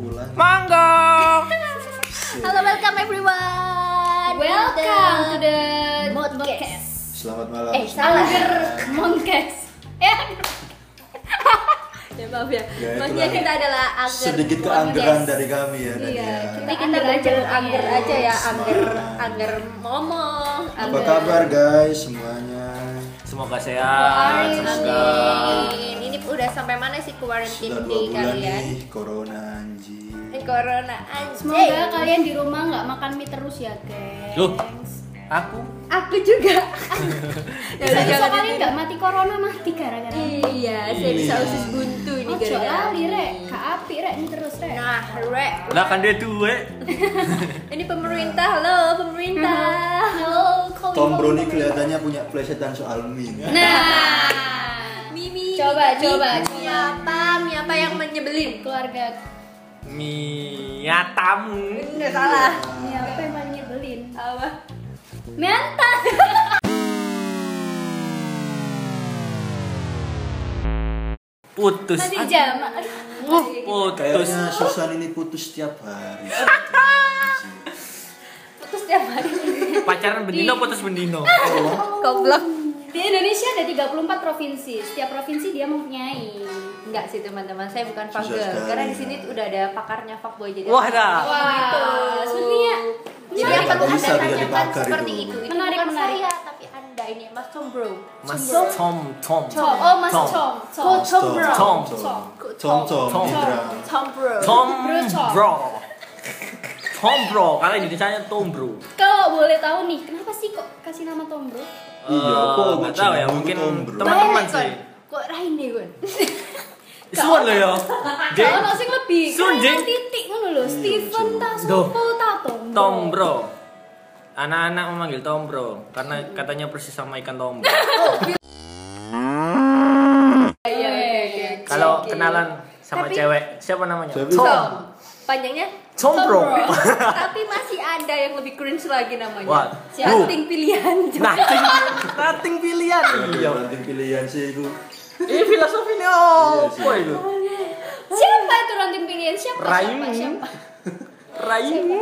Ulang. Monggo. Halo, welcome everyone. Welcome to the podcast. Selamat malam. Eh, salah. Mongkes. Eh. ya maaf ya. Ya, Maksudnya itulah. kita adalah angger. Sedikit podcast. keanggeran dari kami ya tadi Iya, ya. kita Bikin angger aja angger. angger aja ya, Yes, angger ma'am. angger ngomong. Apa angger- kabar guys semuanya? Semoga sehat. Semoga. Amin. Ini udah sampai mana sih quarantine Sudah dua day bulan kalian? nih corona anjing. ya. Eh, Corona anjing. Iya, Semoga kalian di rumah nggak makan mie terus ya, guys. Loh, aku aku juga. Ya udah, Bisa-bisa jangan kalian ini. nggak mati corona mati gara-gara. Iya, saya bisa usus buntu ini Ojo gara-gara. lali rek, ini. kak api rek ini terus rek. Nah, rek. lah kan dia duwe. Ini pemerintah, halo pemerintah. Halo, calling Tom all Brownie the- kelihatannya punya plesetan soal mie. Nah, Mimi. Coba, Mimi, coba, Mimi apa? Mie apa yang menyebelin? keluarga. Miatamu. Enggak salah. Ini apa yang paling nyebelin? Apa? Mentas. Putus. Masih jam. Aduh. gitu. Putus. Kayaknya Susan ini putus setiap hari. Putus tiap hari. Pacaran bendino putus bendino. Goblok. Di Indonesia ada 34 provinsi. Setiap provinsi dia mempunyai. Enggak sih teman-teman, saya bukan Susah fuckboy. sekali. Karena di sini udah ada pakarnya fuckboy jadi. Wah dah. Wah, Gitu. menarik. Jadi sepertinya yang Nggak perlu anda bisa bilang tanyakan dibakar seperti itu. itu. Itu Menarik, bukan menarik. saya, tapi anda ini Mas Combro. Mas Tom Tom. Tom. Oh, Mas Tom. Tom. Oh, Tom. Bro. Tom Tom. Tom Tom Tom. Indra. Combro. Tom Bro, Tom. Bro. Tom Bro. Kalau Indonesia nya Tom Bro. Kalau boleh tahu nih, kenapa sih kok kasih nama Tom Bro? Iya, kok Eh, aku nggak tahu ya cemburu mungkin Tom Bro? teman-teman Bahaya, sih. Kon. Kok Raine kon? Suwon lo ya. Dek. Kalau nggak sih lebih Sun, kayak Jing. titik ngono lho, Steven ta Duh. Sopo ta Tom Bro. Tom Bro. Anak-anak memanggil Tom Bro karena katanya persis sama ikan Tom Bro. Iya, oke, oke. Kalau kenalan sama Tapi- cewek, siapa namanya? Tapi- Tom. Tom. Panjangnya Tom Bro. Tapi masih ada yang lebih cringe lagi namanya. What? Who? Siapa pilihan? Jo. Nating, nating pilihan. Iya, Iya. penting pilihan sih itu. Ini filosofinya apa Iya, itu? Siapa itu ranting pilihan? Siapa? Raimu. Siapa? Siapa? Raimu.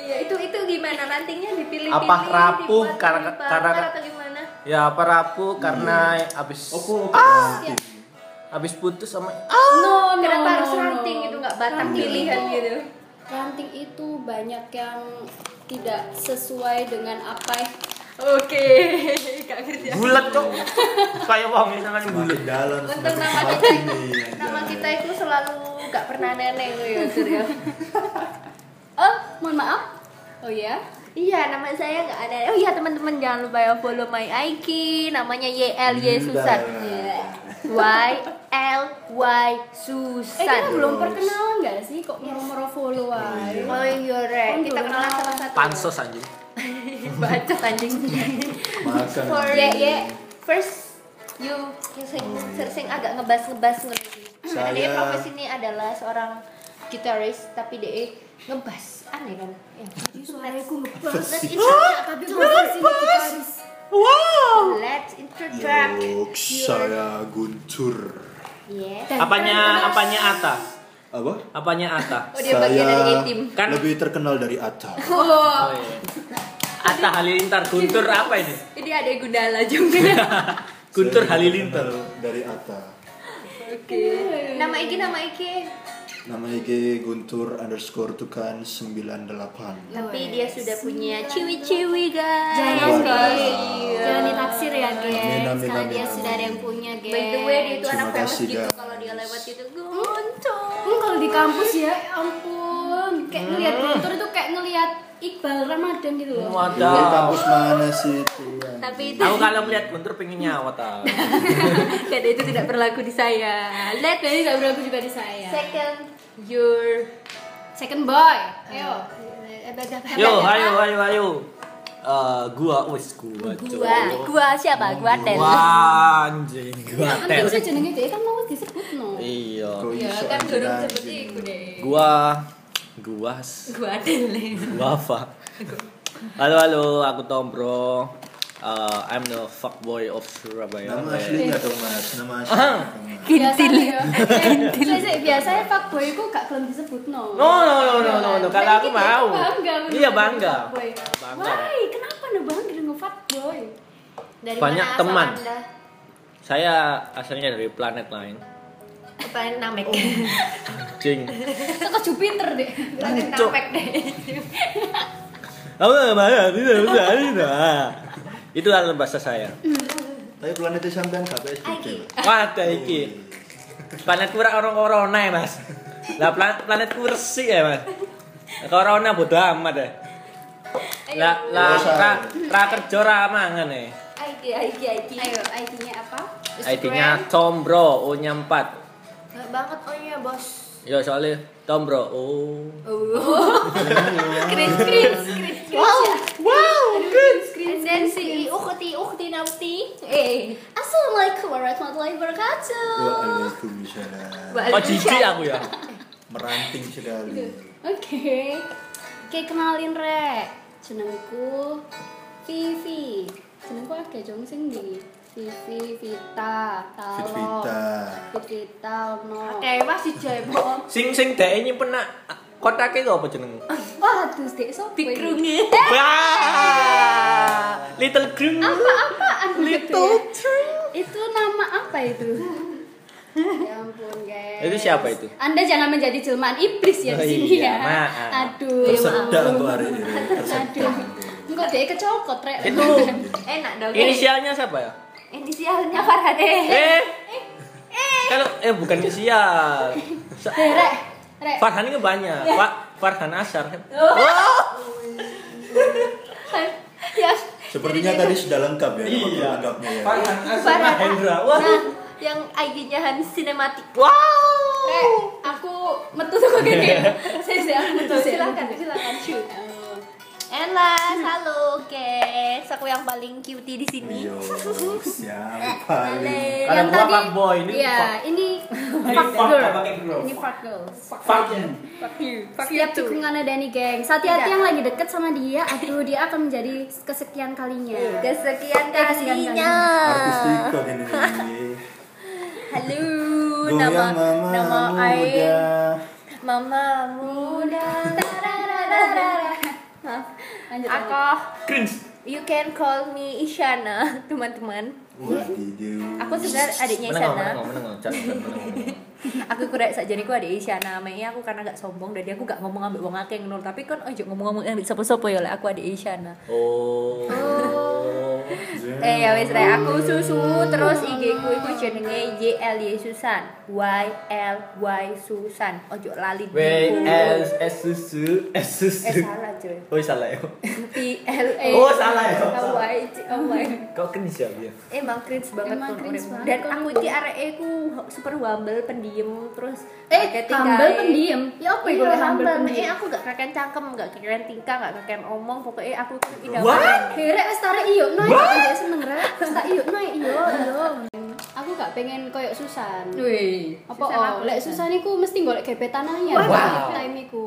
Iya, itu itu gimana nantinya dipilih-pilih? Apa rapuh dibuat karena- dibakar karena- atau gimana? Ya apa rapuh karena abis Opo. Ah, iya. abis putus sama No, no, Oh, Kenapa no, harus no. ranting gitu nggak batang Ranting pilihan itu- gitu? Ranting itu banyak yang tidak sesuai dengan apa yang Oke, gak ngerti. aku. bulat cok. Kayak wong sangat bulat. Semakin dalam Untung semakin nama kita, semakin nih, anjay. nama kita itu selalu nggak pernah neneng loh ya, Sur, ya. Oh, mohon maaf. Oh ya. Iya, nama saya nggak ada. Oh iya, teman-teman jangan lupa ya follow my IG, namanya YL Y Susan. Iya. Y L Y Eh, kita Susan. belum perkenalan nggak sih kok Kan moro-moro follow aja. Oh iya, Rek. Kita kenalan satu-satu. Pansos anjing. Bacot anjing. Iya. Makan. For ye ye first you you sing, sing agak ngebas ngebas ngerti. Karena dia Hmm. Saya- profesi ini adalah seorang gitaris tapi dia ngebas aneh kan. Ya. Jadi suaraku ngebas. Let's introduce, Tapi gue masih gitaris. Wow. let's introduce. Yok, saya Guntur. Yeah. Dan Apanya terkenal. apanya Ata? Apa? Apanya Ata? Oh dia bagian dari A team. Kan- lebih terkenal dari Atta. Oh, iya. Atta Halilintar Guntur apa ini? Ini ada Gundala juga. Guntur Saya Halilintar. terkenal dari Atta. Oke. Nama IG nama IG. Nama IG Guntur underscore tukan 98. Tapi dia sudah punya ciwi-ciwi guys. Jangan Wah. di jangan ditaksir ya, Amin, guys. amin, Karena amin, dia amin. sudah ada yang punya, guys. By the way dia itu Terima anak famous kasih, gitu guys. kalau dia lewat gitu Guntur. Hmm, kalau di kampus ya, ampun, kayak Hmm. ngelihat Guntur itu kayak ngelihat Iqbal Ramadan gitu loh. Ini Wadah. kampus mana sih itu? anjing? Tapi itu Aku kalau melihat Guntur pengen nyawa tau. Karena itu tidak berlaku di saya. Let Jadi gak berlaku juga di saya. second your Second boy, ayo. Yo, ayo, ayo, ayo. Eh, gua wis gua. Cok. gua gua siapa gua tel Oh, Gua anjing, gua Kan tel. bisa jenenge dia kan mau disebut no. Iya. Kok ya iso kan anjing, durung anjing. sebut iku deh Gua guas. gua tel Gua apa? Halo, halo, aku Tom Bro. Eh, I'm the fuckboy of Surabaya. Nama aslinya dong mas, nama aslinya dong, Mas. Kintil. Biasanya ya. Kintil. biasanya fuckboy iku gak gelem disebutno. No, no, no, no, no, no. Kalau Nah, aku kita mau. Bangga. bener Iya, dengan bangga. fuckboy. Bangga. Why? Kenapa nih bangga dengan fuckboy? Dari Banyak mana asal teman. Anda? Saya asalnya dari planet lain. Planet Namek. Oh, Jing. Teko Jupiter deh. Planet Cuk. Namek deh. Apa namanya? Tidak bisa, tidak. Itu dalam bahasa saya. Tapi planetnya sampean gak kayak Aiki. gitu. Wah, ada iki. Planet kurang orang corona ya, Mas. Lah planet, planet kursi ya, Mas. Corona bodo amat ya. Lah lah ra, ra kerja ra mangan ya. Aiki, Aiki, Aiki. Ayo, ID-nya apa? ID-nya Tombro O-nya 4. Nggak banget ohnya bos. Ya soalnya Tombro oh. Keren, keren, keren. Wow, wow, keren. And then E si Ukti, Ukti, Nafti. Eh, Assalamualaikum warahmatullahi wabarakatuh. Waalaikumsalam. Oh, jijik aku ya. Meranting Iya. sekali. Oke. Oke, kenalin rek. Jenengku Vivi. Jenengku agak jong sing ndi? Vivi Vita, Talo. Fit-fita. Fitvita ono. Kayak pasti jebol. Sing sing dhek nyimpen nak kotake kok apa jeneng? Waduh, Dek, sopo iki? Bikrungi. Wah! Little Grung. Apaan gitu ya? Itu nama apa itu? ya ampun, guys. Itu siapa itu? Anda jangan menjadi jelmaan iblis ya Oh di sini iya, ya. maaf. Aduh, ya Tersedak Iya. maaf. tuh hari ini. Tersedak. Enggak deh kecokot, Rek. Itu Enak dong. inisialnya siapa ya? Inisialnya Farhade. Eh. Kalau eh bukan inisial. Sa- Eh, Rek. Rek. Farhan ini banyak. Iya. Pak Farhan Asar. Oh. Ya. Sepertinya tadi sudah lengkap ya nama Iya. lengkapnya ya. Farhan Asar Farhan. Mahendra. Wah. Nah, yang Eh, IG-nya Han Cinematic. Wow. Rek, aku metu tuh kayaknya. Saya sih aku metu. Silakan, silakan. Shoot. And last, halo guys. Aku yang paling cutie di sini. Iyo, Iya. Iya. Eh, siapa ini? Halo. Kalau Yang gua tadi- fuckboy, ini Iya, fuck. ini fuck fuck, girl. gak pakai girl. Ini fuck girl. Fuck, Fuck. fuck you. Fuck Setiap you too. Iya. tikungan ada nih, gengs. Hati-hati Tidak. yang lagi deket sama dia, aduh dia akan menjadi kesekian kalinya. Iya. Kesekian kalinya. kalinya. Artis TikTok ini. Halo, nama Goyang mama nama muda. Aing. Mama muda. Tararararara. Maaf. Lanjut, Aku Cringe. You can call me Isyana, teman-teman. Wadidaw. Aku sebenarnya adiknya Menengok, Isyana. menengok, menengok. Jangan, jangan, menengok. aku kurang saja aku ada Isyana namanya aku karena gak sombong jadi aku gak ngomong ambil wong akeh ngono tapi kan ojo ngomong-ngomong yang sapa-sapa ya lek aku ada Isyana Oh. Oh. eh ya wis rek aku susu terus IG ku iku jenenge YL Y Susan Y L Y Susan ojo lali W S S susu S eh susu. salah cuy Oh salah ya. P L Eh. A Oh, salah ya. Oh, Y C- oh my Kok cringe ya dia? Emang cringe banget Emang kan cringe orangmu. banget Dan kan aku iki areke ku super humble, pendiem, terus Eh, marketing humble kae. pendiam. Ya apa Iya, itu humble humble. Eh, pendiam? aku gak kakek cangkem, gak kakek tingkah, gak kakek omong, pokoknya aku tuh indah What? banget. Hei, Rek, wis tarik iyo, noy, Aku seneng rek. Wis tak iyo, noy, iyo, iyo. Aku gak pengen koyok Susan. Wih, apa oh lek susah niku mesti golek gebetan anyar Wow. time iku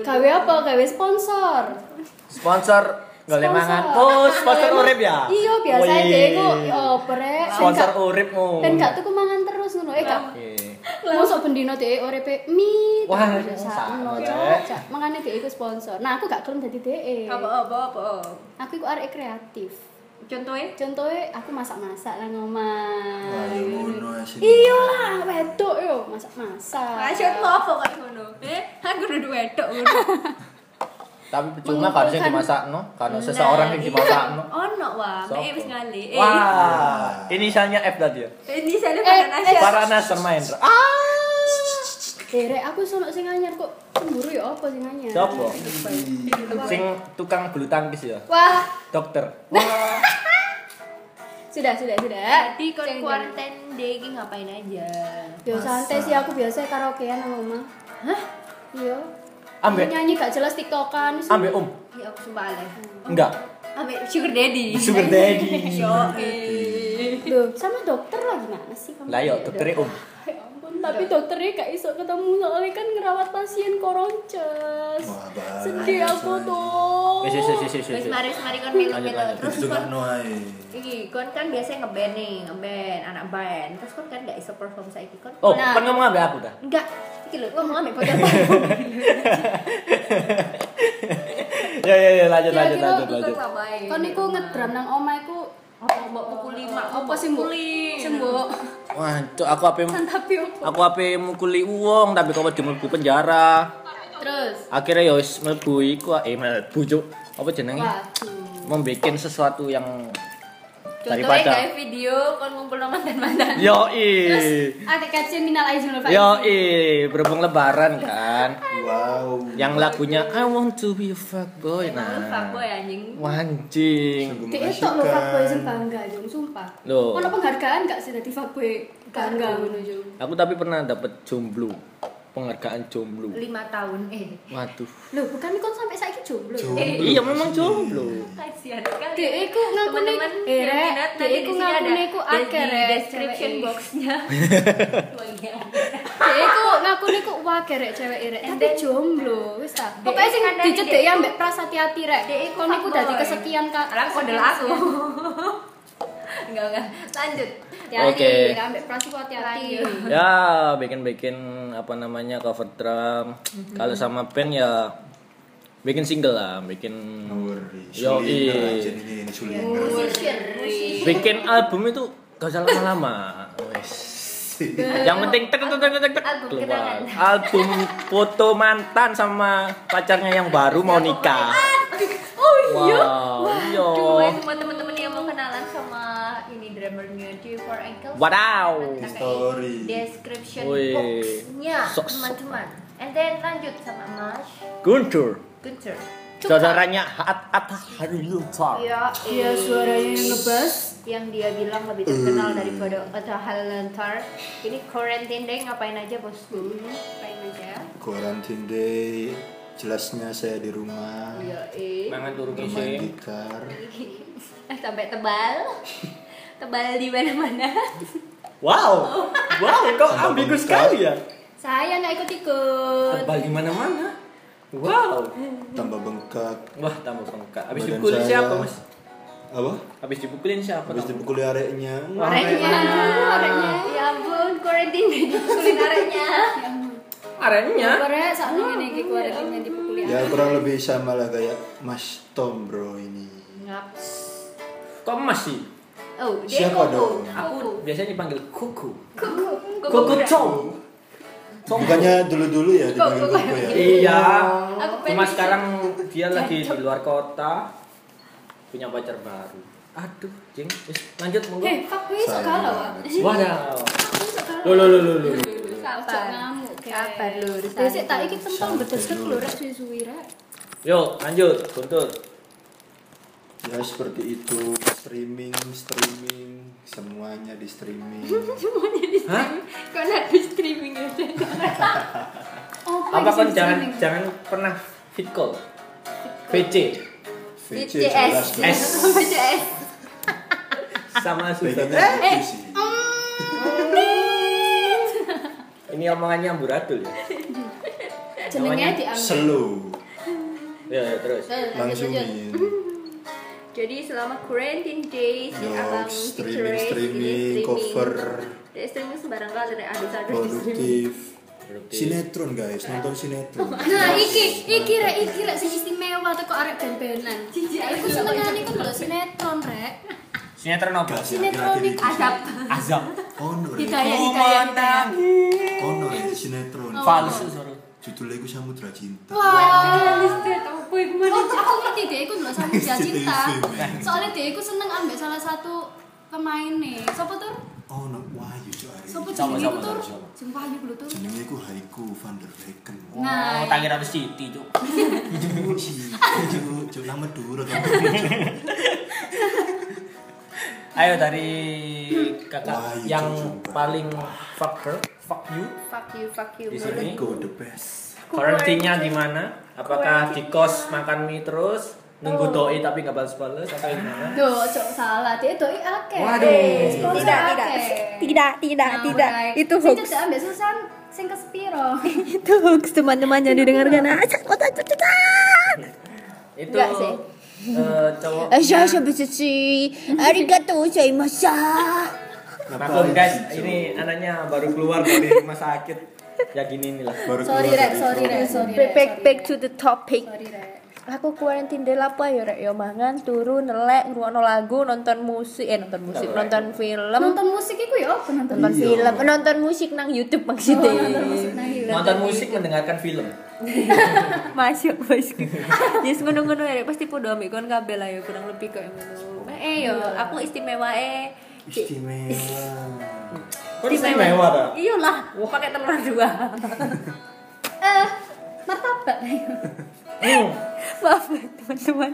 gawe apa gawe sponsor Sponsor golek Sponsor. mangan. Oh, sponsor Gawe- urip ya? iya biasa Iya. Wih. deh iku yo prek Sponsor urip mu. dan gak tuku mangan terus ngono eh gak Iya. Masuk bendino e. dhek uripe mie Wah, sakno sakno, Dek. cocok. Mangane dhek iku sponsor. Nah, aku gak kelem dadi dhek. Apa apa apa. Aku iku arek kreatif. Contohnya Contohnya aku masak-masak nang omah. Ayo ngono asik. Iya lah, wedok yo masak-masak. Fashion lo apa kok ngono? Eh, aku udah wedok ngono. Tapi percuma kan sih Mengumpulkan- dimasak no, kan Nah, seseorang iya. yang dimasak no. Ono wah, Sopo? mek wis ngali. Eh, Wah, inisialnya F tadi ya. ini saya Eh, pakai eh. nasi. Farana Sermaendra. Ah, Derek aku sono sing anyar kok cemburu ya apa sing anyar? siapa? Sing tukang bulu tangkis ya. Wah, Dokter. sudah sudah sudah. Jadi kon Jangan, kuarantin deh iki ngapain aja? jangan. Yo santai sih aku biasa karaokean nang omah. Hah? Iya. Ambek. Aku Nyanyi gak jelas TikTokan. Ambe oh. Om. Ya aku sumpah alay. Enggak. Ambil sugar daddy. Sugar daddy. Yo. eh. Loh, sama dokter lagi mana sih kamu? Lah yo dokter Om. Ya ampun. tapi dokternya gak iso ketemu soalnya kan ngerawat pasien koronces Wah, baik. sedih aku tuh Wis wis wis wis, wis. Wis mari wis mari kon melu-melu lanjut. terus Itu kon no ae. iki kon kan biasa ngeband nih, ngeband anak band. Terus kon kan gak iso perform saiki kon. Oh, Nah, kan ngomong ambil aku dah. enggak. Iki lho ngomong ambek bocah. Ya ya ya lanjut lanjut Kira-kira lanjut Kon lanjut. ngapain? kan iku ngedram nang omah iku apa mbok pukuli mak apa sih mbok sih mbok Wah, cok aku ape santapi opo aku ape mukuli uang tapi kok di mlebu penjara. terus Akhirnya ya wis mlebu iku eh mlebu cok. Apa jenenge? waduh Membikin sesuatu yang Contohnya daripada kayak video kon ngumpul mantan-mantan. Yoi. Adik kecil minal aizin wal faizin. Yoi, berhubung lebaran kan. Wow. Yang lagunya I want to be a fuckboy. Nah, fuckboy Nah. anjing. Wanjing. Sungguh Dek tok lho mengasihkan. fuckboy sing bangga yo sumpah. Loh. Ono penghargaan gak sih dadi fuckboy bangga ngono yo. Aku tapi pernah dapet jomblo. Penghargaan jomblo. 5 tahun eh. Waduh. Lho bukan kon sampai saiki jomblo. Jomblo. Eh, Iya memang jomblo. Kasihan sekali. Dek iku ngakune Teman-teman eh yang rek, minat dek nanti di iku sini ngakune ada iku di- akeh di rek description cewek. boxnya. Oh, iya. Dek iku ngakune iku akeh rek cewek rek. Tapi then- jomblo wis ta. Dek Pokoke sing iku kandhani dicedhek dek ya mbek pras hati-hati rek. Dek iku kon iku fuckboy. dadi kesekian kan. Alah kode aku. Enggak enggak. Lanjut. Oke. Hati-hati, rek, ambek pras iku hati-hati. Lanjut. Ya, bikin-bikin apa namanya cover drum. Mhm. Kalau sama band ya bikin single lah, bikin Nuri. Yoi. Sulinger aja nih, ini Sulinger. bikin album itu gak usah lama-lama. Wes. Yang penting tek tek tek tek tek Album keluar. kenangan. Album foto mantan sama pacarnya yang baru mau nikah. Oh iya. Wow, iya. Dua eh, semua teman-teman yang mau kenalan sama ini drummernya D4 Ankles. Wadaw. Story. Description Wih. box-nya Sok-sok. teman-teman. And then lanjut sama Mas Guntur, Gunter. saudaranya At At Halilintar. Ya, Iya suaranya yang ngebas. yang dia bilang lebih terkenal Hmm. daripada Atta Halilintar. Ini quarantine day ngapain aja bosku? Ngapain aja? Quarantine day. Jelasnya saya di rumah. Iya, Ya, eh. Mangan turu Bermain gitar. Nah, Sampai tebal. tebal di mana-mana. Wow, wow, kok ambigu sekali ya. Saya nggak ikut-ikut. Tebal di mana-mana. Wow. Tambah bengkak. Wah, tambah bengkak. Habis Badan dipukulin saya- siapa, Mas? Apa? Habis dipukulin siapa? Habis Mas? dipukuli areknya. Ya Areknya, areknya. Ya ampun, quarantine day dipukulin areknya. Arennya. Korek sak ngene iki kuaretinya dipukuli. Ya kurang lebih sama lah kayak Mas Tom bro ini. Ngaps. Kok Mas sih? Oh, dia Siapa kuku. dong? Kuku. Aku biasanya dipanggil Kuku. Kuku. Kuku berat. Chong. Chong. Bukannya dulu-dulu ya dipanggil Kok- gitu? Koko ya? Iya. Aku Cuma pengen- sekarang dia lagi di luar kota. Punya pacar baru. Aduh, jeng. Wis, lanjut monggo. Heh, fuck kuwi sok Eh, galau. ah. Wadah. Lo lo lo lo lo. Ojo Sabar. ngamuk, Kek. Sabar, Lur. Desik tak iki pentol Sabar, bedes Lur. lho rek suwi-suwi rek. Yo, lanjut. Buntut. Ya seperti itu streaming streaming semuanya di streaming. Hah? Kok nak di streaming ya? Oh, Apa iki kan jangan streaming? jangan pernah fit call? VC VC jelas BTS. dong. BTS. sama Eh, Pengennya Susan. Eh, gitu sih. Ini omongannya amburadul ya. jenenge Namanya dianggap. Slow Ya, ya terus. langsungin. Jadi selama quarantine days si Yo, abang streaming, Victorious ini streaming, cover. Dia streaming sembarang kali dari ada satu di streaming. Produktif. Sinetron guys, nonton sinetron. Nah, iki iki rek iki rek sing istimewa teko arek ben-benan. Nah, Jijik, aku Iku senengane iku ndelok sinetron rek. Sinetron apa? Gas ya, Sinetron kira-kira gitu. Azab. Azab. Honor ya, Oh, Hidayah hidayah. hidayah. honor ya sinetron. Palsu suruh. Judulnya itu Samudra Cinta. Wah. Listet aku yang Oh, aku ngerti deh, aku ndelok sama Iya, dia cinta. Stay safe, man. Soalnya dia iku seneng ambek salah satu pemain nih. Sopo tur? Ono Wahyu Cuk, hari Sopo ini. Sama, jenenge iku sama, tur? sama, sama. Jeng Wahyu lho tur. Jenenge ku Haiku van der Hecken. Nah, tak kira harus Siti, Cuk. Cuk, cuk, cuk, nama dulu kan. Ayo dari kakak Wah, itu yang sumpah. paling fuck her, fuck you. Fuck you, fuck you. Di Mulu. sini. Go the best. Karantinnya gimana? Apakah di kos makan mie terus? Nunggu Oh. doi tapi gak balas-balas atau gimana? Duh, cok salah. Dia doi akeh. Waduh. Eh, sponsor Tidak, tidak. akeh. tidak, tidak, Nah, tidak. alright. Itu Sing hoax. cedek ambek Susan sing kespiro. Itu hoax teman-teman yang didengarkan. Ah, cakot, cakot, cakot. Itu Enggak sih. eh, cowok. Asya, asya, besusi. Arigato, saya masak. Maklum guys, ini anaknya baru keluar dari rumah sakit. Ya gini inilah. Baru Sorry keluar rek, dari sorry rek, sorry rek. Back, back, back to the topic. Sorry rek. Aku kuarantin del apa ya rek ya mangan turu nelek ngruwono lagu nonton musik eh nonton musik Alright. nonton film Nonton musik iku ya apa nonton nonton Iya. film nonton musik nang YouTube maksudnya Iya. nonton musik nang YouTube. Nonton musik mendengarkan film. masuk bosku ya ngono ngono ya pasti podo ambek kon kabeh lah ya kurang lebih kayak ngono eh yo aku istimewa eh Istimewa. Kok istimewa ta? iyalah Iya pakai telur dua Eh, martabak. Hmm, maaf teman-teman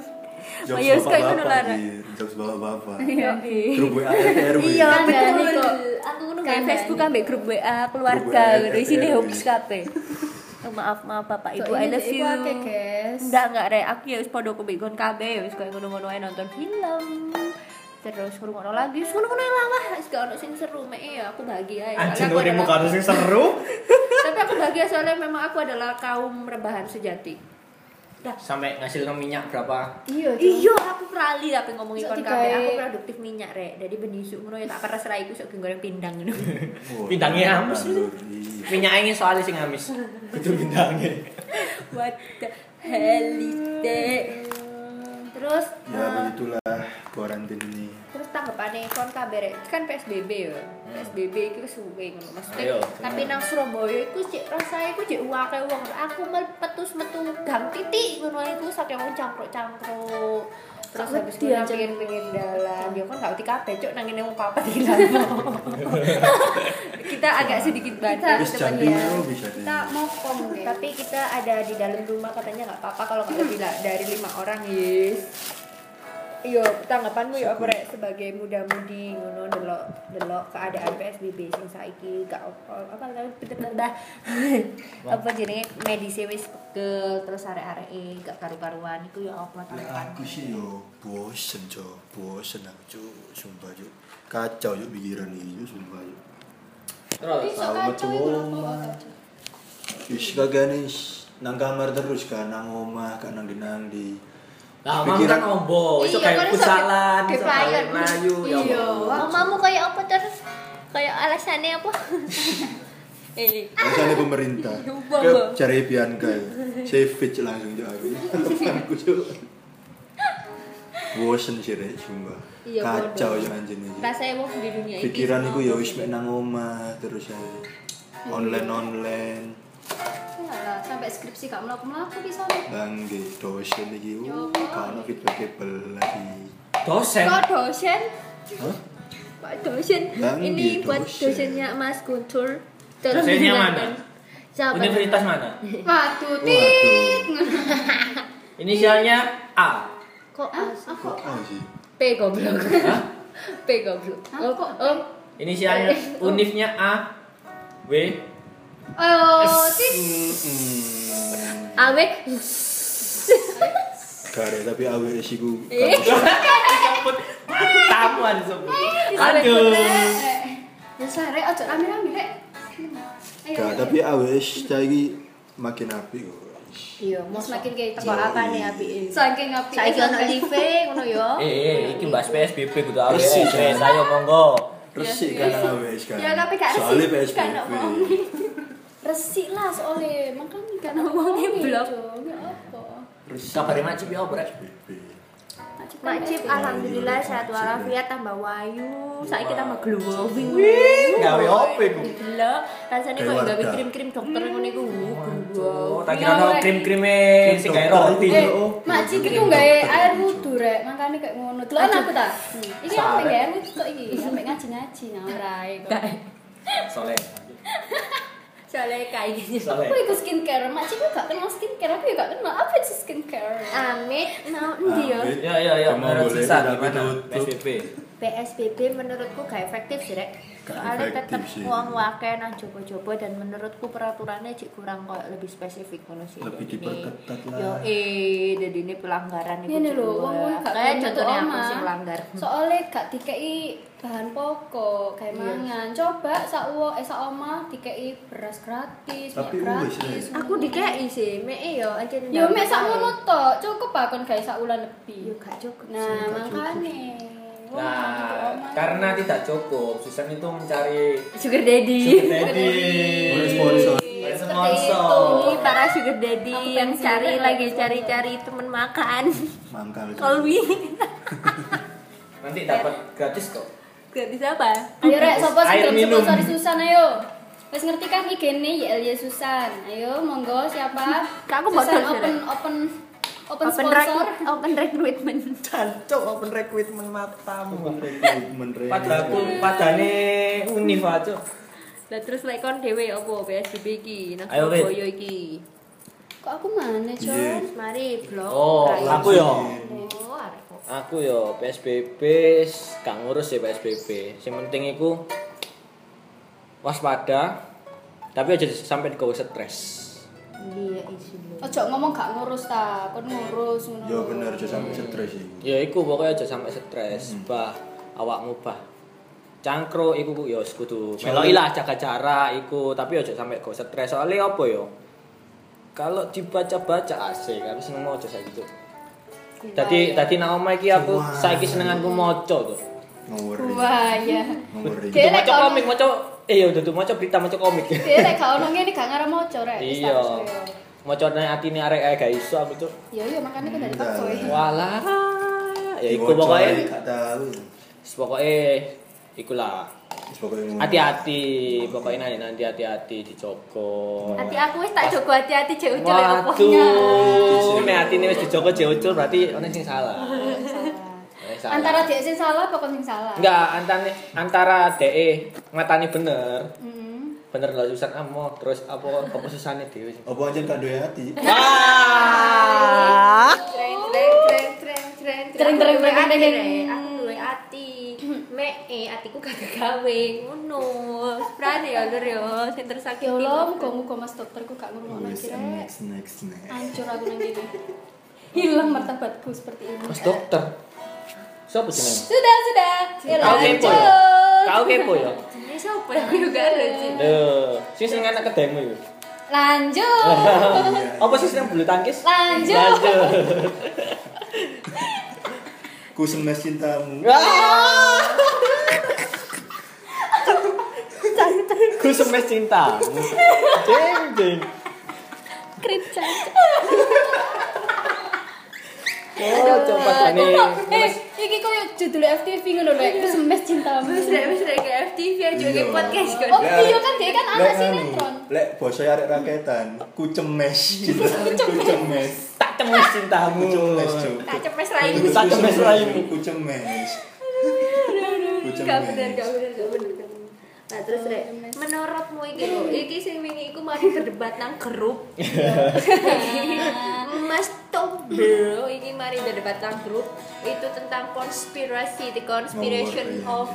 Jokes Ayo sekali ngono lah bapak-bapak, iya. rek Dir. Jokes bapak-bapak. Yoi. iya. Grup WA RW. Iya Kandani betul. kok. Aku ngono Kandani. kayak Facebook ambek anu, grup WA Grup keluarga WA, gitu. Isine RW. hoax kabeh. Oh, maaf maaf Bapak Ibu I love you. Oke, guys. Enggak enggak rek, aku ya wis padha kebikon kabeh wis koyo ngono-ngono ae nonton film. Terus ngono lagi, ngono-ngono ae lah wah, wis gak ono sing seru mek ya aku bahagia ya. Anjing Soalnya uripmu aku karo sing seru. adalah- Tapi aku bahagia soalnya memang aku adalah kaum rebahan sejati. Sampai ngasilkan minyak berapa? Iya, Iya, aku prali tapi ngomongin Sok kon digawe. kabeh aku produktif minyak rek. Jadi ben isuk ngono ya tak peres ra iku sok goreng pindang ngono. Wah, Bintangnya amis. Tandoori. Minyaknya ini soalnya sing amis. Itu bintangnya. What the hell is that? Terus Ya eh, begitulah karantin ini. terus tanggapannya kon kabar kan PSBB ya. PSBB itu suwe ngono Ayo, maksudnya. tapi nang Surabaya iku cek rasane iku cek wae wong aku melepetus metu gang titik ngono iku sak wong cangkruk-cangkruk. Terus Aku habis itu diajak- pengen pengen dalam, ya kan gak uti kabeh cok nang ngene wong papat hilang. Kita agak sedikit bantu Bisa jadi, teman-teman. bisa jadi. Kita mau kom deh. Tapi kita ada di dalam rumah katanya nggak apa-apa kalau nggak lebih la- dari lima orang, yes. Yo, tanggapanmu ya apa Rek? sebagai muda-mudi ngono delok delok keadaan PSBB sing saiki gak apa apa tapi bener-bener apa jenenge medise wis pegel terus arek-areke gak karu-karuan iku ya apa Ya, tanggapanmu? aku sih yo bosen cok, bosen aku cok, sumpah cok. Kacau cok pikiran ini cok, sumpah cok. Terus. Iso kacau itu lho, kok kacau. Is kagak nih, is. nang kamar terus kan, nang omah kan, nang di nang di. Lah mam kan ombo, iso kayak futsalan, iso kayak melayu ya. Iya, Allah. Mamamu kayak apa terus? Kayak alasannya apa? eh, Misalnya pemerintah, Iya, Bang, ke Bang. cari Bianca, ya. save pitch langsung cok aku. aku cok. Bosen sih rek, sumpah. Iya, Kacau bodoh. cok anjing ini. rasanya wong di dunia ini pikiran iku ya wis mek nang omah terus ya online online Alah, sampai skripsi gak mlaku-mlaku bisa nih. bangge dosen iki Ya, uh, gak ono feedback lagi Dosen. Kok dosen? Hah? Pak dosen. Bang, ini dia buat dosen. dosennya Mas Guntur. Dosennya dibilangkan. Siapa? Universitas mana? Waduh, tit. waduh Inisialnya A. Kok Ah, as- ah, kok apa sih P goblok. P goblok. Hah, Oh, kok P? oh. Inisialnya unifnya A W Oh, tit. Awe. Gare tapi awe sih ku Eh. disebut tamuan disebut aduh Ya Eh, sare ojo rame-rame rek. Ayo. gak tapi awe cah iki makin apik kok Iya, mau Semakin kayak Apa apa nih api ini? Saking ngapi. Saiki ono live ngono yo. eh eh iki bahas PSBB kudu awe Bersih, wes kan? ayo monggo resik kan nang awe kan Ya, tapi gak resik. soalnya Gak nak PSBB ngomongin. Resik lah soalnya makanya kan ngomongnya Ngomongnya blok. Jo. Ya apa? resik kabare macip ya opo rek PSBB Mak Cip, alhamdulillah sehat walafiat tambah wayu. Saiki tambah glowing. gawe opo iku Gila, rasanya kok Keluarga. gawe krim-krim dokter ngono iku. Oh, Wow. tak kira ono krim-krime sing gawe roti. Eh, Oh, Mak dokter, Cik itu nggak dokter, air Jo. wudhu rek, makanya kayak ngono. Delok aku ta. Hmm. Iki Sare. apa nggak air wudhu kok iki? Sampai ngaji-ngaji ngawur ae kok. Soleh. Soalnya kayak gini. Soleh. Aku ikut skincare, Mak Cik gak kenal skincare, aku juga gak kenal apa itu skincare. Amit mau endi yo? Amit. Ya ya ya Emang menurut boleh sisa tidak gimana ditutup. PSBB? PSBB menurutku gak efektif sih rek Gak soalnya efektif tetep sih. uang wake nang jopo-jopo dan menurutku peraturannya cik kurang kok lebih spesifik ngono sih Lebih Jadi ini- diperketat lah. yo eh jadi ini pelanggaran itu Ini lho, wong wong gak kayak gelem metu contohnya aku omah. sih pelanggar Soale gak dikei bahan pokok, kayak Iya. mangan. Coba sak wo eh sak oma dikei beras gratis, Tapi minyak wis, gratis. Rek. aku dikei sih mei yo aja e Yo mek sak ngono tok, cukup ah kon gak sak ulan yo lebih. gak cukup Nah, Gak cukup. makane. Wong metu Nah, omah. karena tidak cukup, Susan itu mencari sugar daddy sugar daddy. Boleh sponsor. Boleh Seperti itu. sponsor. Ini para sugar Aku daddy pengen yang cari sugar lagi daddy. cari-cari temen makan mangkal Kolwi Nanti dapat gratis kok. gak bisa apa Ayo rek, sopo sing Air gelem minum. sponsori Susan ayo. Wis ngerti kan IG-ne YLY Susan. Ayo monggo siapa? Hmm, Kak, aku Susan bodoh, open open open open, sponsor. recruit- open recruitment Cancok open recruitment matamu. Menre. Padahal aku padane univ aja. lah terus like kon dhewe opo PSBB iki nang Ayo, Wit. Surabaya iki Kok aku mana, Iya. Jon? Terus mari blok Oh, Rayo. aku yo. Oh, arek kok. Aku yo PSBB gak ngurus ya PSBB. Sing penting iku waspada tapi aja sampai gak usah stres. iya isi lho. Ojo ngomong gak ngurus ta, kon ngurus ngono. Yo Iya, bener aja sampai stres iku. Ya iku pokoknya aja sampai stres, bah awakmu bah. Cangkro iku ku- yo kudu Soalnya- meloki lah jaga jarak iku, tapi aja sampai gak stres. Soalnya apa yo? Kalau dibaca-baca asik, aku seneng aja saya gitu. Tadi tadi nang omah iki aku Wah. saiki senenganku maca tuh. Ngawuri. Wah, ya. Ngawuri. Oke. Dudu Kayaknya maca kalau- komik, maca eh yo dudu maca berita, maca komik. Dia lek gak ono ngene gak ngarep mojo rek. Wis tak Iya. terus, yo. Maca nang atine arek ae gak iso aku tuh. Ya iya makane kan dari Enggak. pakso ya. Walah. Ya iku Diwocor, pokoknya gak tahu. pokoknya ikulah. Wis pokoknya ngono. hati-hati pokoknya nanti nanti hati-hati dijogo Hati aku wis tak jogo hati-hati jek ucul ya opo. waduh nek hati ini wis dijogo jeucul berarti ono sing salah Ono yang salah. Antara dia sing salah apa kon sing salah? enggak antara antara de matani bener Mm-mm. bener lho susan amo terus apa keputusannya dhewe sih. Apa aja gak duwe hati? Ah. wah Tren tren tren tren tren Tren, tren, Aku duwe tren, ati, tren. Rek. Aku duwe ati. Mek eh atiku gak gawe ngono. Sprane ya lur yo sing tersakiti. Ya Allah, muga-muga Mas dokterku gak Oh, ngurungokno Wis iki rek. next next next. Hancur aku nang kene. Hilang martabatku seperti ini. mas Oh, dokter siapa jenenge Sudah, sudah. kau kepo ya lanjut. kau kepo ya Jenenge sapa ya? aku juga ada sih. Duh, sing sing anak kedemu ya. Lanjut. Apa sih sing bulu tangkis? Lanjut. Lanjut. Ku semes cintamu. Wah. Ku semes cinta. Jeng jeng. Oh, coba tani. Eh, iki koyo judul FTV ngono lho, aku semes cintamu. Wis rek wis rek kayak FTV aja Iya. kayak podcast kan. Oh, Lek- iya kan, dia kan anak lek Nah, sinetron. anu, Lek bosnya arek raketan, ku cemes cintamu, ku cemes. Tak cemes cintamu. Ku cemes, Cuk. Tak cepes raimu. Ku Tak cemes raimu. Ku cemes. Ku Gak bener, gak cemes. bener, gak bener, gak bener. Nah terus rek, menurutmu iki lho, iki sing wingi iku mari berdebat nang grup. Mas Tobel iki mari berdebat nang grup itu tentang konspirasi, the conspiration Nomor, of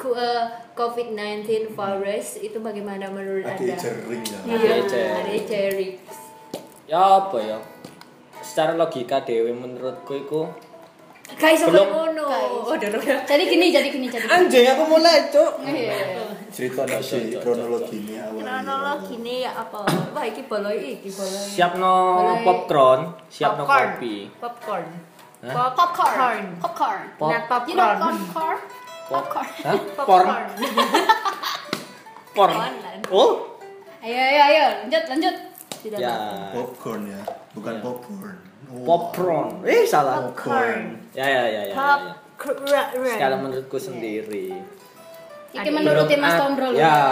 co- eh, COVID-19 virus itu bagaimana menurut Ada Anda? jering lah. Iya, Ade Jerry. Ade Jerry. Ya apa ya? Secara logika dewe menurutku iku Guys, Belum. ngono. Oh, dorong. nah. Jadi gini, jadi gini, jadi. gini. Anjing aku mulai, Cuk. Iya. Cerita nih si kronologinya awal. Kronologi ini ya apa? Wah, iki boloi, iki boloi. Siapno Mulai. popcorn, siapno kopi. popcorn Hah? Pop- Popcorn. Popcorn. Pop- Not popcorn You know popcorn? Popcorn. Hah? Porn. popcorn Porn. Online. Oh. Ayo, ayo, ayo, lanjut, lanjut. tidak Ya. Popcorn ya, bukan popcorn. Oh. Iya. Popcorn. Eh, salah. Popcorn. Ya ya ya ya. ya, ya. Secara menurutku sendiri. Iki menuruti Menurut- Mas Tombro lho. Ya.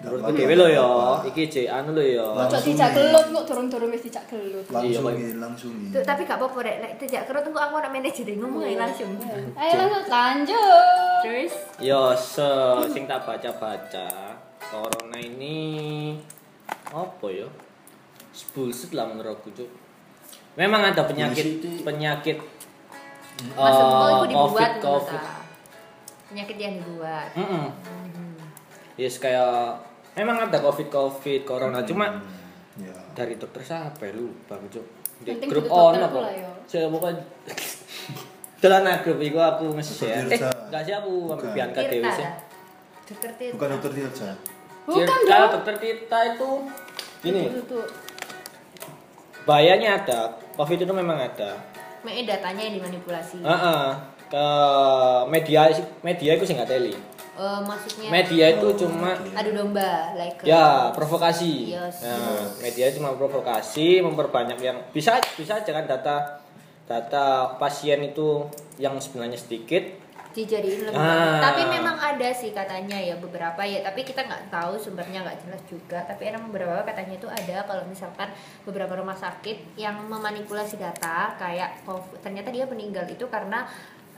Gak Menurutku apa-apa. dhewe lho ya. Iki jek anu lho ya. Ojo dijak gelut kok durung-durung wis dijak gelut. Langsung Iya, ya, langsung Tuh, ya. tapi gak apa-apa rek nek tidak kerut engko aku nak manajer ngomong aja langsung Ayo lanjut, lanjut. terus Yo, Ya, se sing tak baca-baca, corona ini apa ya? Bullshit lah menurutku, Cuk. Memang ada penyakit Bullshit. Hmm. penyakit eh, Maksudku itu covid dibuat menurut covid aku. Penyakit yang dibuat. Mm-mm. Yes kayak memang ada covid covid corona Hmm. cuma ya dari dokter siapa ya? lupa aku cuk di Penting grup butuh on dokter apa pula ya. saya bukan dalam grup itu aku Dokter nge-share eh Tirta. enggak sih aku ambil Bukan. Bianca Dewi Tirta. sih dah. Dokter Tirta. bukan dokter Tirta Bukan Tirta, dong. dokter Tirta itu gini Itu tuh. bahayanya ada covid itu memang ada Mae datanya yang dimanipulasi. Hmm. Heeh. ke media media itu sih nggak teli Ya. Eh, maksudnya media itu cuma adu domba like eh, ya provokasi Iya Yes. Nah, media cuma provokasi memperbanyak yang bisa bisa aja kan data data pasien itu yang sebenarnya sedikit dijadiin lebih Ah. banyak. tapi memang ada sih katanya ya beberapa ya tapi kita nggak tahu sumbernya nggak jelas juga tapi ada beberapa katanya itu ada kalau misalkan beberapa rumah sakit yang memanipulasi data kayak COVID. ternyata dia meninggal itu karena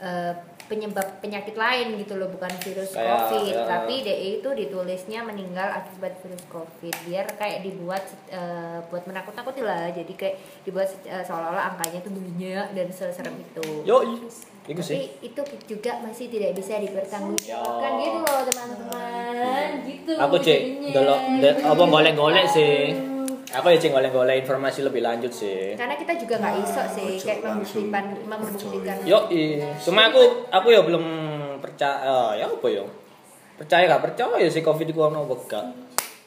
eh, penyebab penyakit lain gitu loh bukan virus Kayak, covid ya. tapi DE itu ditulisnya meninggal akibat virus covid biar kayak dibuat eh, buat menakut-nakuti lah jadi kayak dibuat eh, seolah-olah angkanya itu banyak dan seserem itu yo itu tapi sih itu juga masih tidak bisa dipertanggungjawabkan Ya. gitu loh teman-teman gitu aku cek delok de- apa golek-golek sih aku ya cek golek-golek informasi lebih lanjut sih karena kita juga nggak Ya, iso Nah, sih ojo kayak langsung membuktikan membuktikan percaya. yo cuma aku aku ya belum percaya ya apa yo percaya gak percaya sih covid itu ono apa gak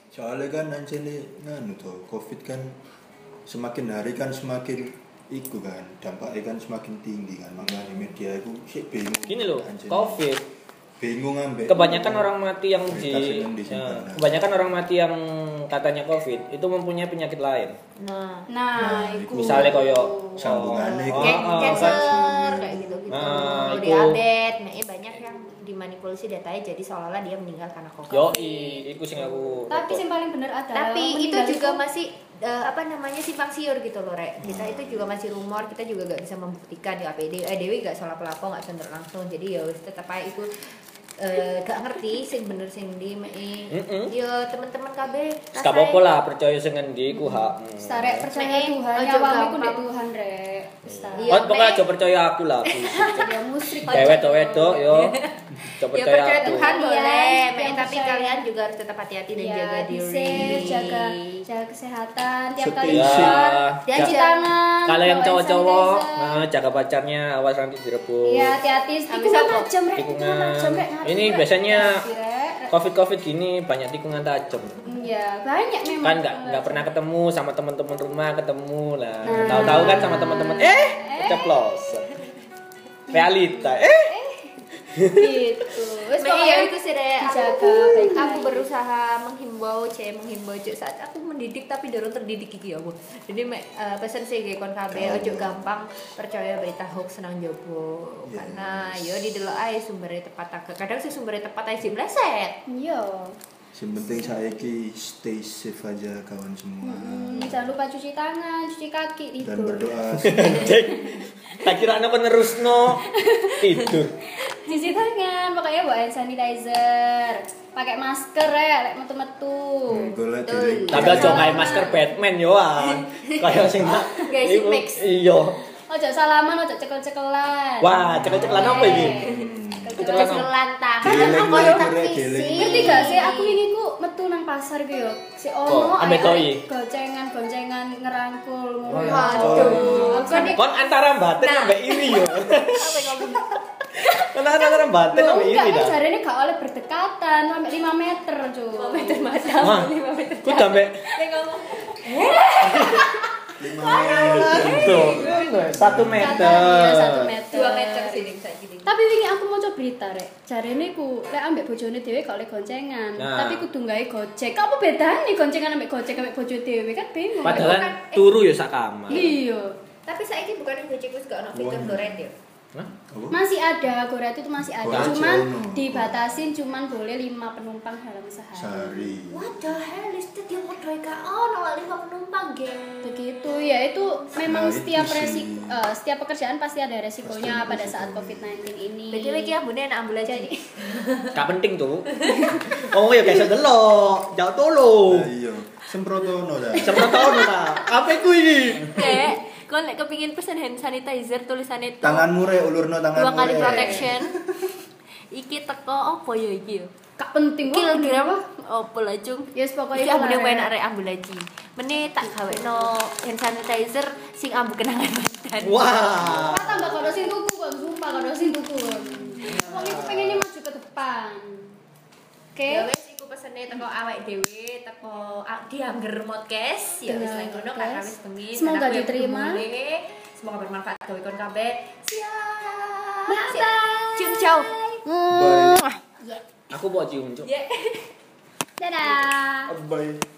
soalnya kan anjene nganu tuh covid kan semakin hari kan semakin iku kan dampaknya kan semakin tinggi kan makanya media itu sih bingung gini loh Anjene. covid bingung ambek kebanyakan orang mati yang di Berita sedang disimpan. ya, kebanyakan orang mati yang katanya covid itu mempunyai penyakit lain nah Nah, Nah, iku. misalnya koyo eh, Sambungannya Oh, iku. kayak oh, cancer oh. kayak gitu gitu Nah, itu. diabetes nah ini banyak yang dimanipulasi datanya jadi seolah-olah dia meninggal karena covid yo itu sing aku Tapi yang paling bener adalah tapi itu meninggal juga masih eh, apa namanya simpang siur gitu loh rek kita Hmm. itu juga masih rumor kita juga gak bisa membuktikan ya APD eh, Dewi gak salah pelapor gak condor langsung jadi ya wis, tetap aja itu eh, gak ngerti sing bener sing di mei Mm-mm. yo teman-teman KB Gak apa lah percaya sing ngendi ku hak. Hmm. Sarek percaya Nek, Tuhan, ojo nyawamu ku gampang. ndek Tuhan rek. Iya. Iya. Oh, pokoknya Nek. aja percaya aku lah. aku. Ya musrik. Ojo. Wedok-wedok yo. Aja ya Iya. percaya percaya aku. Tuhan Iya, boleh yang Mei, tapi percaya. kalian juga harus tetap hati-hati dan jaga Iya, diri bisa, jaga jaga kesehatan tiap kali Setia. keluar, Ya. cuci tangan. Kalau yang bawa hand cowok-cowok, sanitizer. nah, jaga pacarnya awas nanti direbut. Iya, hati-hati. Habis Tikungan apa? tajam, Rek. Tikungan. Tikungan tajam, Rek. Ngati, Ini Rek. biasanya Ngati, Rek. Covid-covid gini banyak tikungan tajam. Iya, banyak memang. Kan nggak nggak pernah ketemu sama teman-teman rumah, ketemu lah. Tahu-tahu kan sama teman-teman, eh, keceplosan. Realita, eh. gitu. Wes Mei, pokoknya ya itu sih Rek. dijaga aku, baik-baik. aku berusaha menghimbau C menghimbau Cuk saat aku mendidik tapi dorong terdidik iki ya Bu jadi Mek, eh, pesan sih gue kon Oh. KB ojo gampang percaya berita hoax senang jobo Yes. karena yo di delok ae sumbernya tepat tak kadang sih sumbernya tepat ae sih meleset Iya. yang penting saya stay safe aja kawan semua Hmm, jangan lupa cuci tangan, cuci kaki, Iya, dan tidur. berdoa Cek. Tak kira anak penerus no tidur. Cuci tangan, pokoknya bawa hand sanitizer. Pakai masker ya, lek metu-metu. golek diri Tapi aja kayak masker Batman yo ah. Kayak sing tak. Guys, Iku- mix. Iya. Ojo salaman, ojo cekel-cekelan. Wah, cekel-cekelan apa ini? Cekel-cekelan. terus ngelantang Geleng, aku yo tak Rek, geleng. fisik Iya. Ngerti gak sih aku ini ku metu nang pasar gitu yo. Si ono Kok, Oh, ambek Oh, iya. doi? gocengan goncengan ngerangkul ngono. Aduh, Aku nih Kon antara batin sampai iri yo. Kon antara batin Loh, sampai enggak iri kan dah. jarene gak oleh berdekatan sampai 5 meter, cuy. 5 meter macam. Wah. Ku sampai lima menit satu Iya, 1 meter. meter. dua meter sih Dik, saat gini Tapi wingi aku maca berita rek, jarene ku lek ambek bojone dhewe gak oleh goncengan, Nah. tapi kudu gawe gojek. Apa bedane goncengan ambek gojek ambek bojo dhewe kan bingung. Padahal turu yo sak kamar. iya. tapi saya ini bukan Gojek wis gak ono fitur Goret ya Hah? Masih ada Goret itu masih ada, Goret cuman ono. dibatasin cuman boleh 5 penumpang dalam sehari. sehari What the hell is that yang modal KO nolak lima penumpang geng Begitu ya itu memang Nah, itu setiap sih. resiko eh, setiap pekerjaan pasti ada resikonya Pasti ada pada saat resikonya. COVID-19 ini. Jadi lagi ya bunda anak ambulan jadi Gak penting tuh. Oh ya guys, delok. Jauh Oh. tolong. Nah, iya semprotono dah Semprot tahun ta. Apa iku ini? Dek, Kalau lek kepingin pesen hand sanitizer tulisannya itu Tanganmu re ulurno tanganmu. dua kali re. protection. iki teko opo ya iki? Kak penting kok. Kilogram opo lah cung? Ya, Yes pokoknya Iki ambune lah, wae Rek. nak rek ambulaji. Mene tak gawekno hand sanitizer sing ambu kenangan mantan. Wah. Pak tambah kado sing tuku kok sumpah kado sing tuku. Wong iku pengennya maju ke depan. Oke. Ya wis iku pesene teko awake dhewe, teko ah, diangger podcast ya wis Bener, lah ngono kan podcast. wis bengi. Semoga anak gue diterima. peduli. Semoga bermanfaat gawe kon kabeh. Siap. Bye. Cium jauh. Bye. Aku mau cium cuk. Yeah. Dadah. Bye.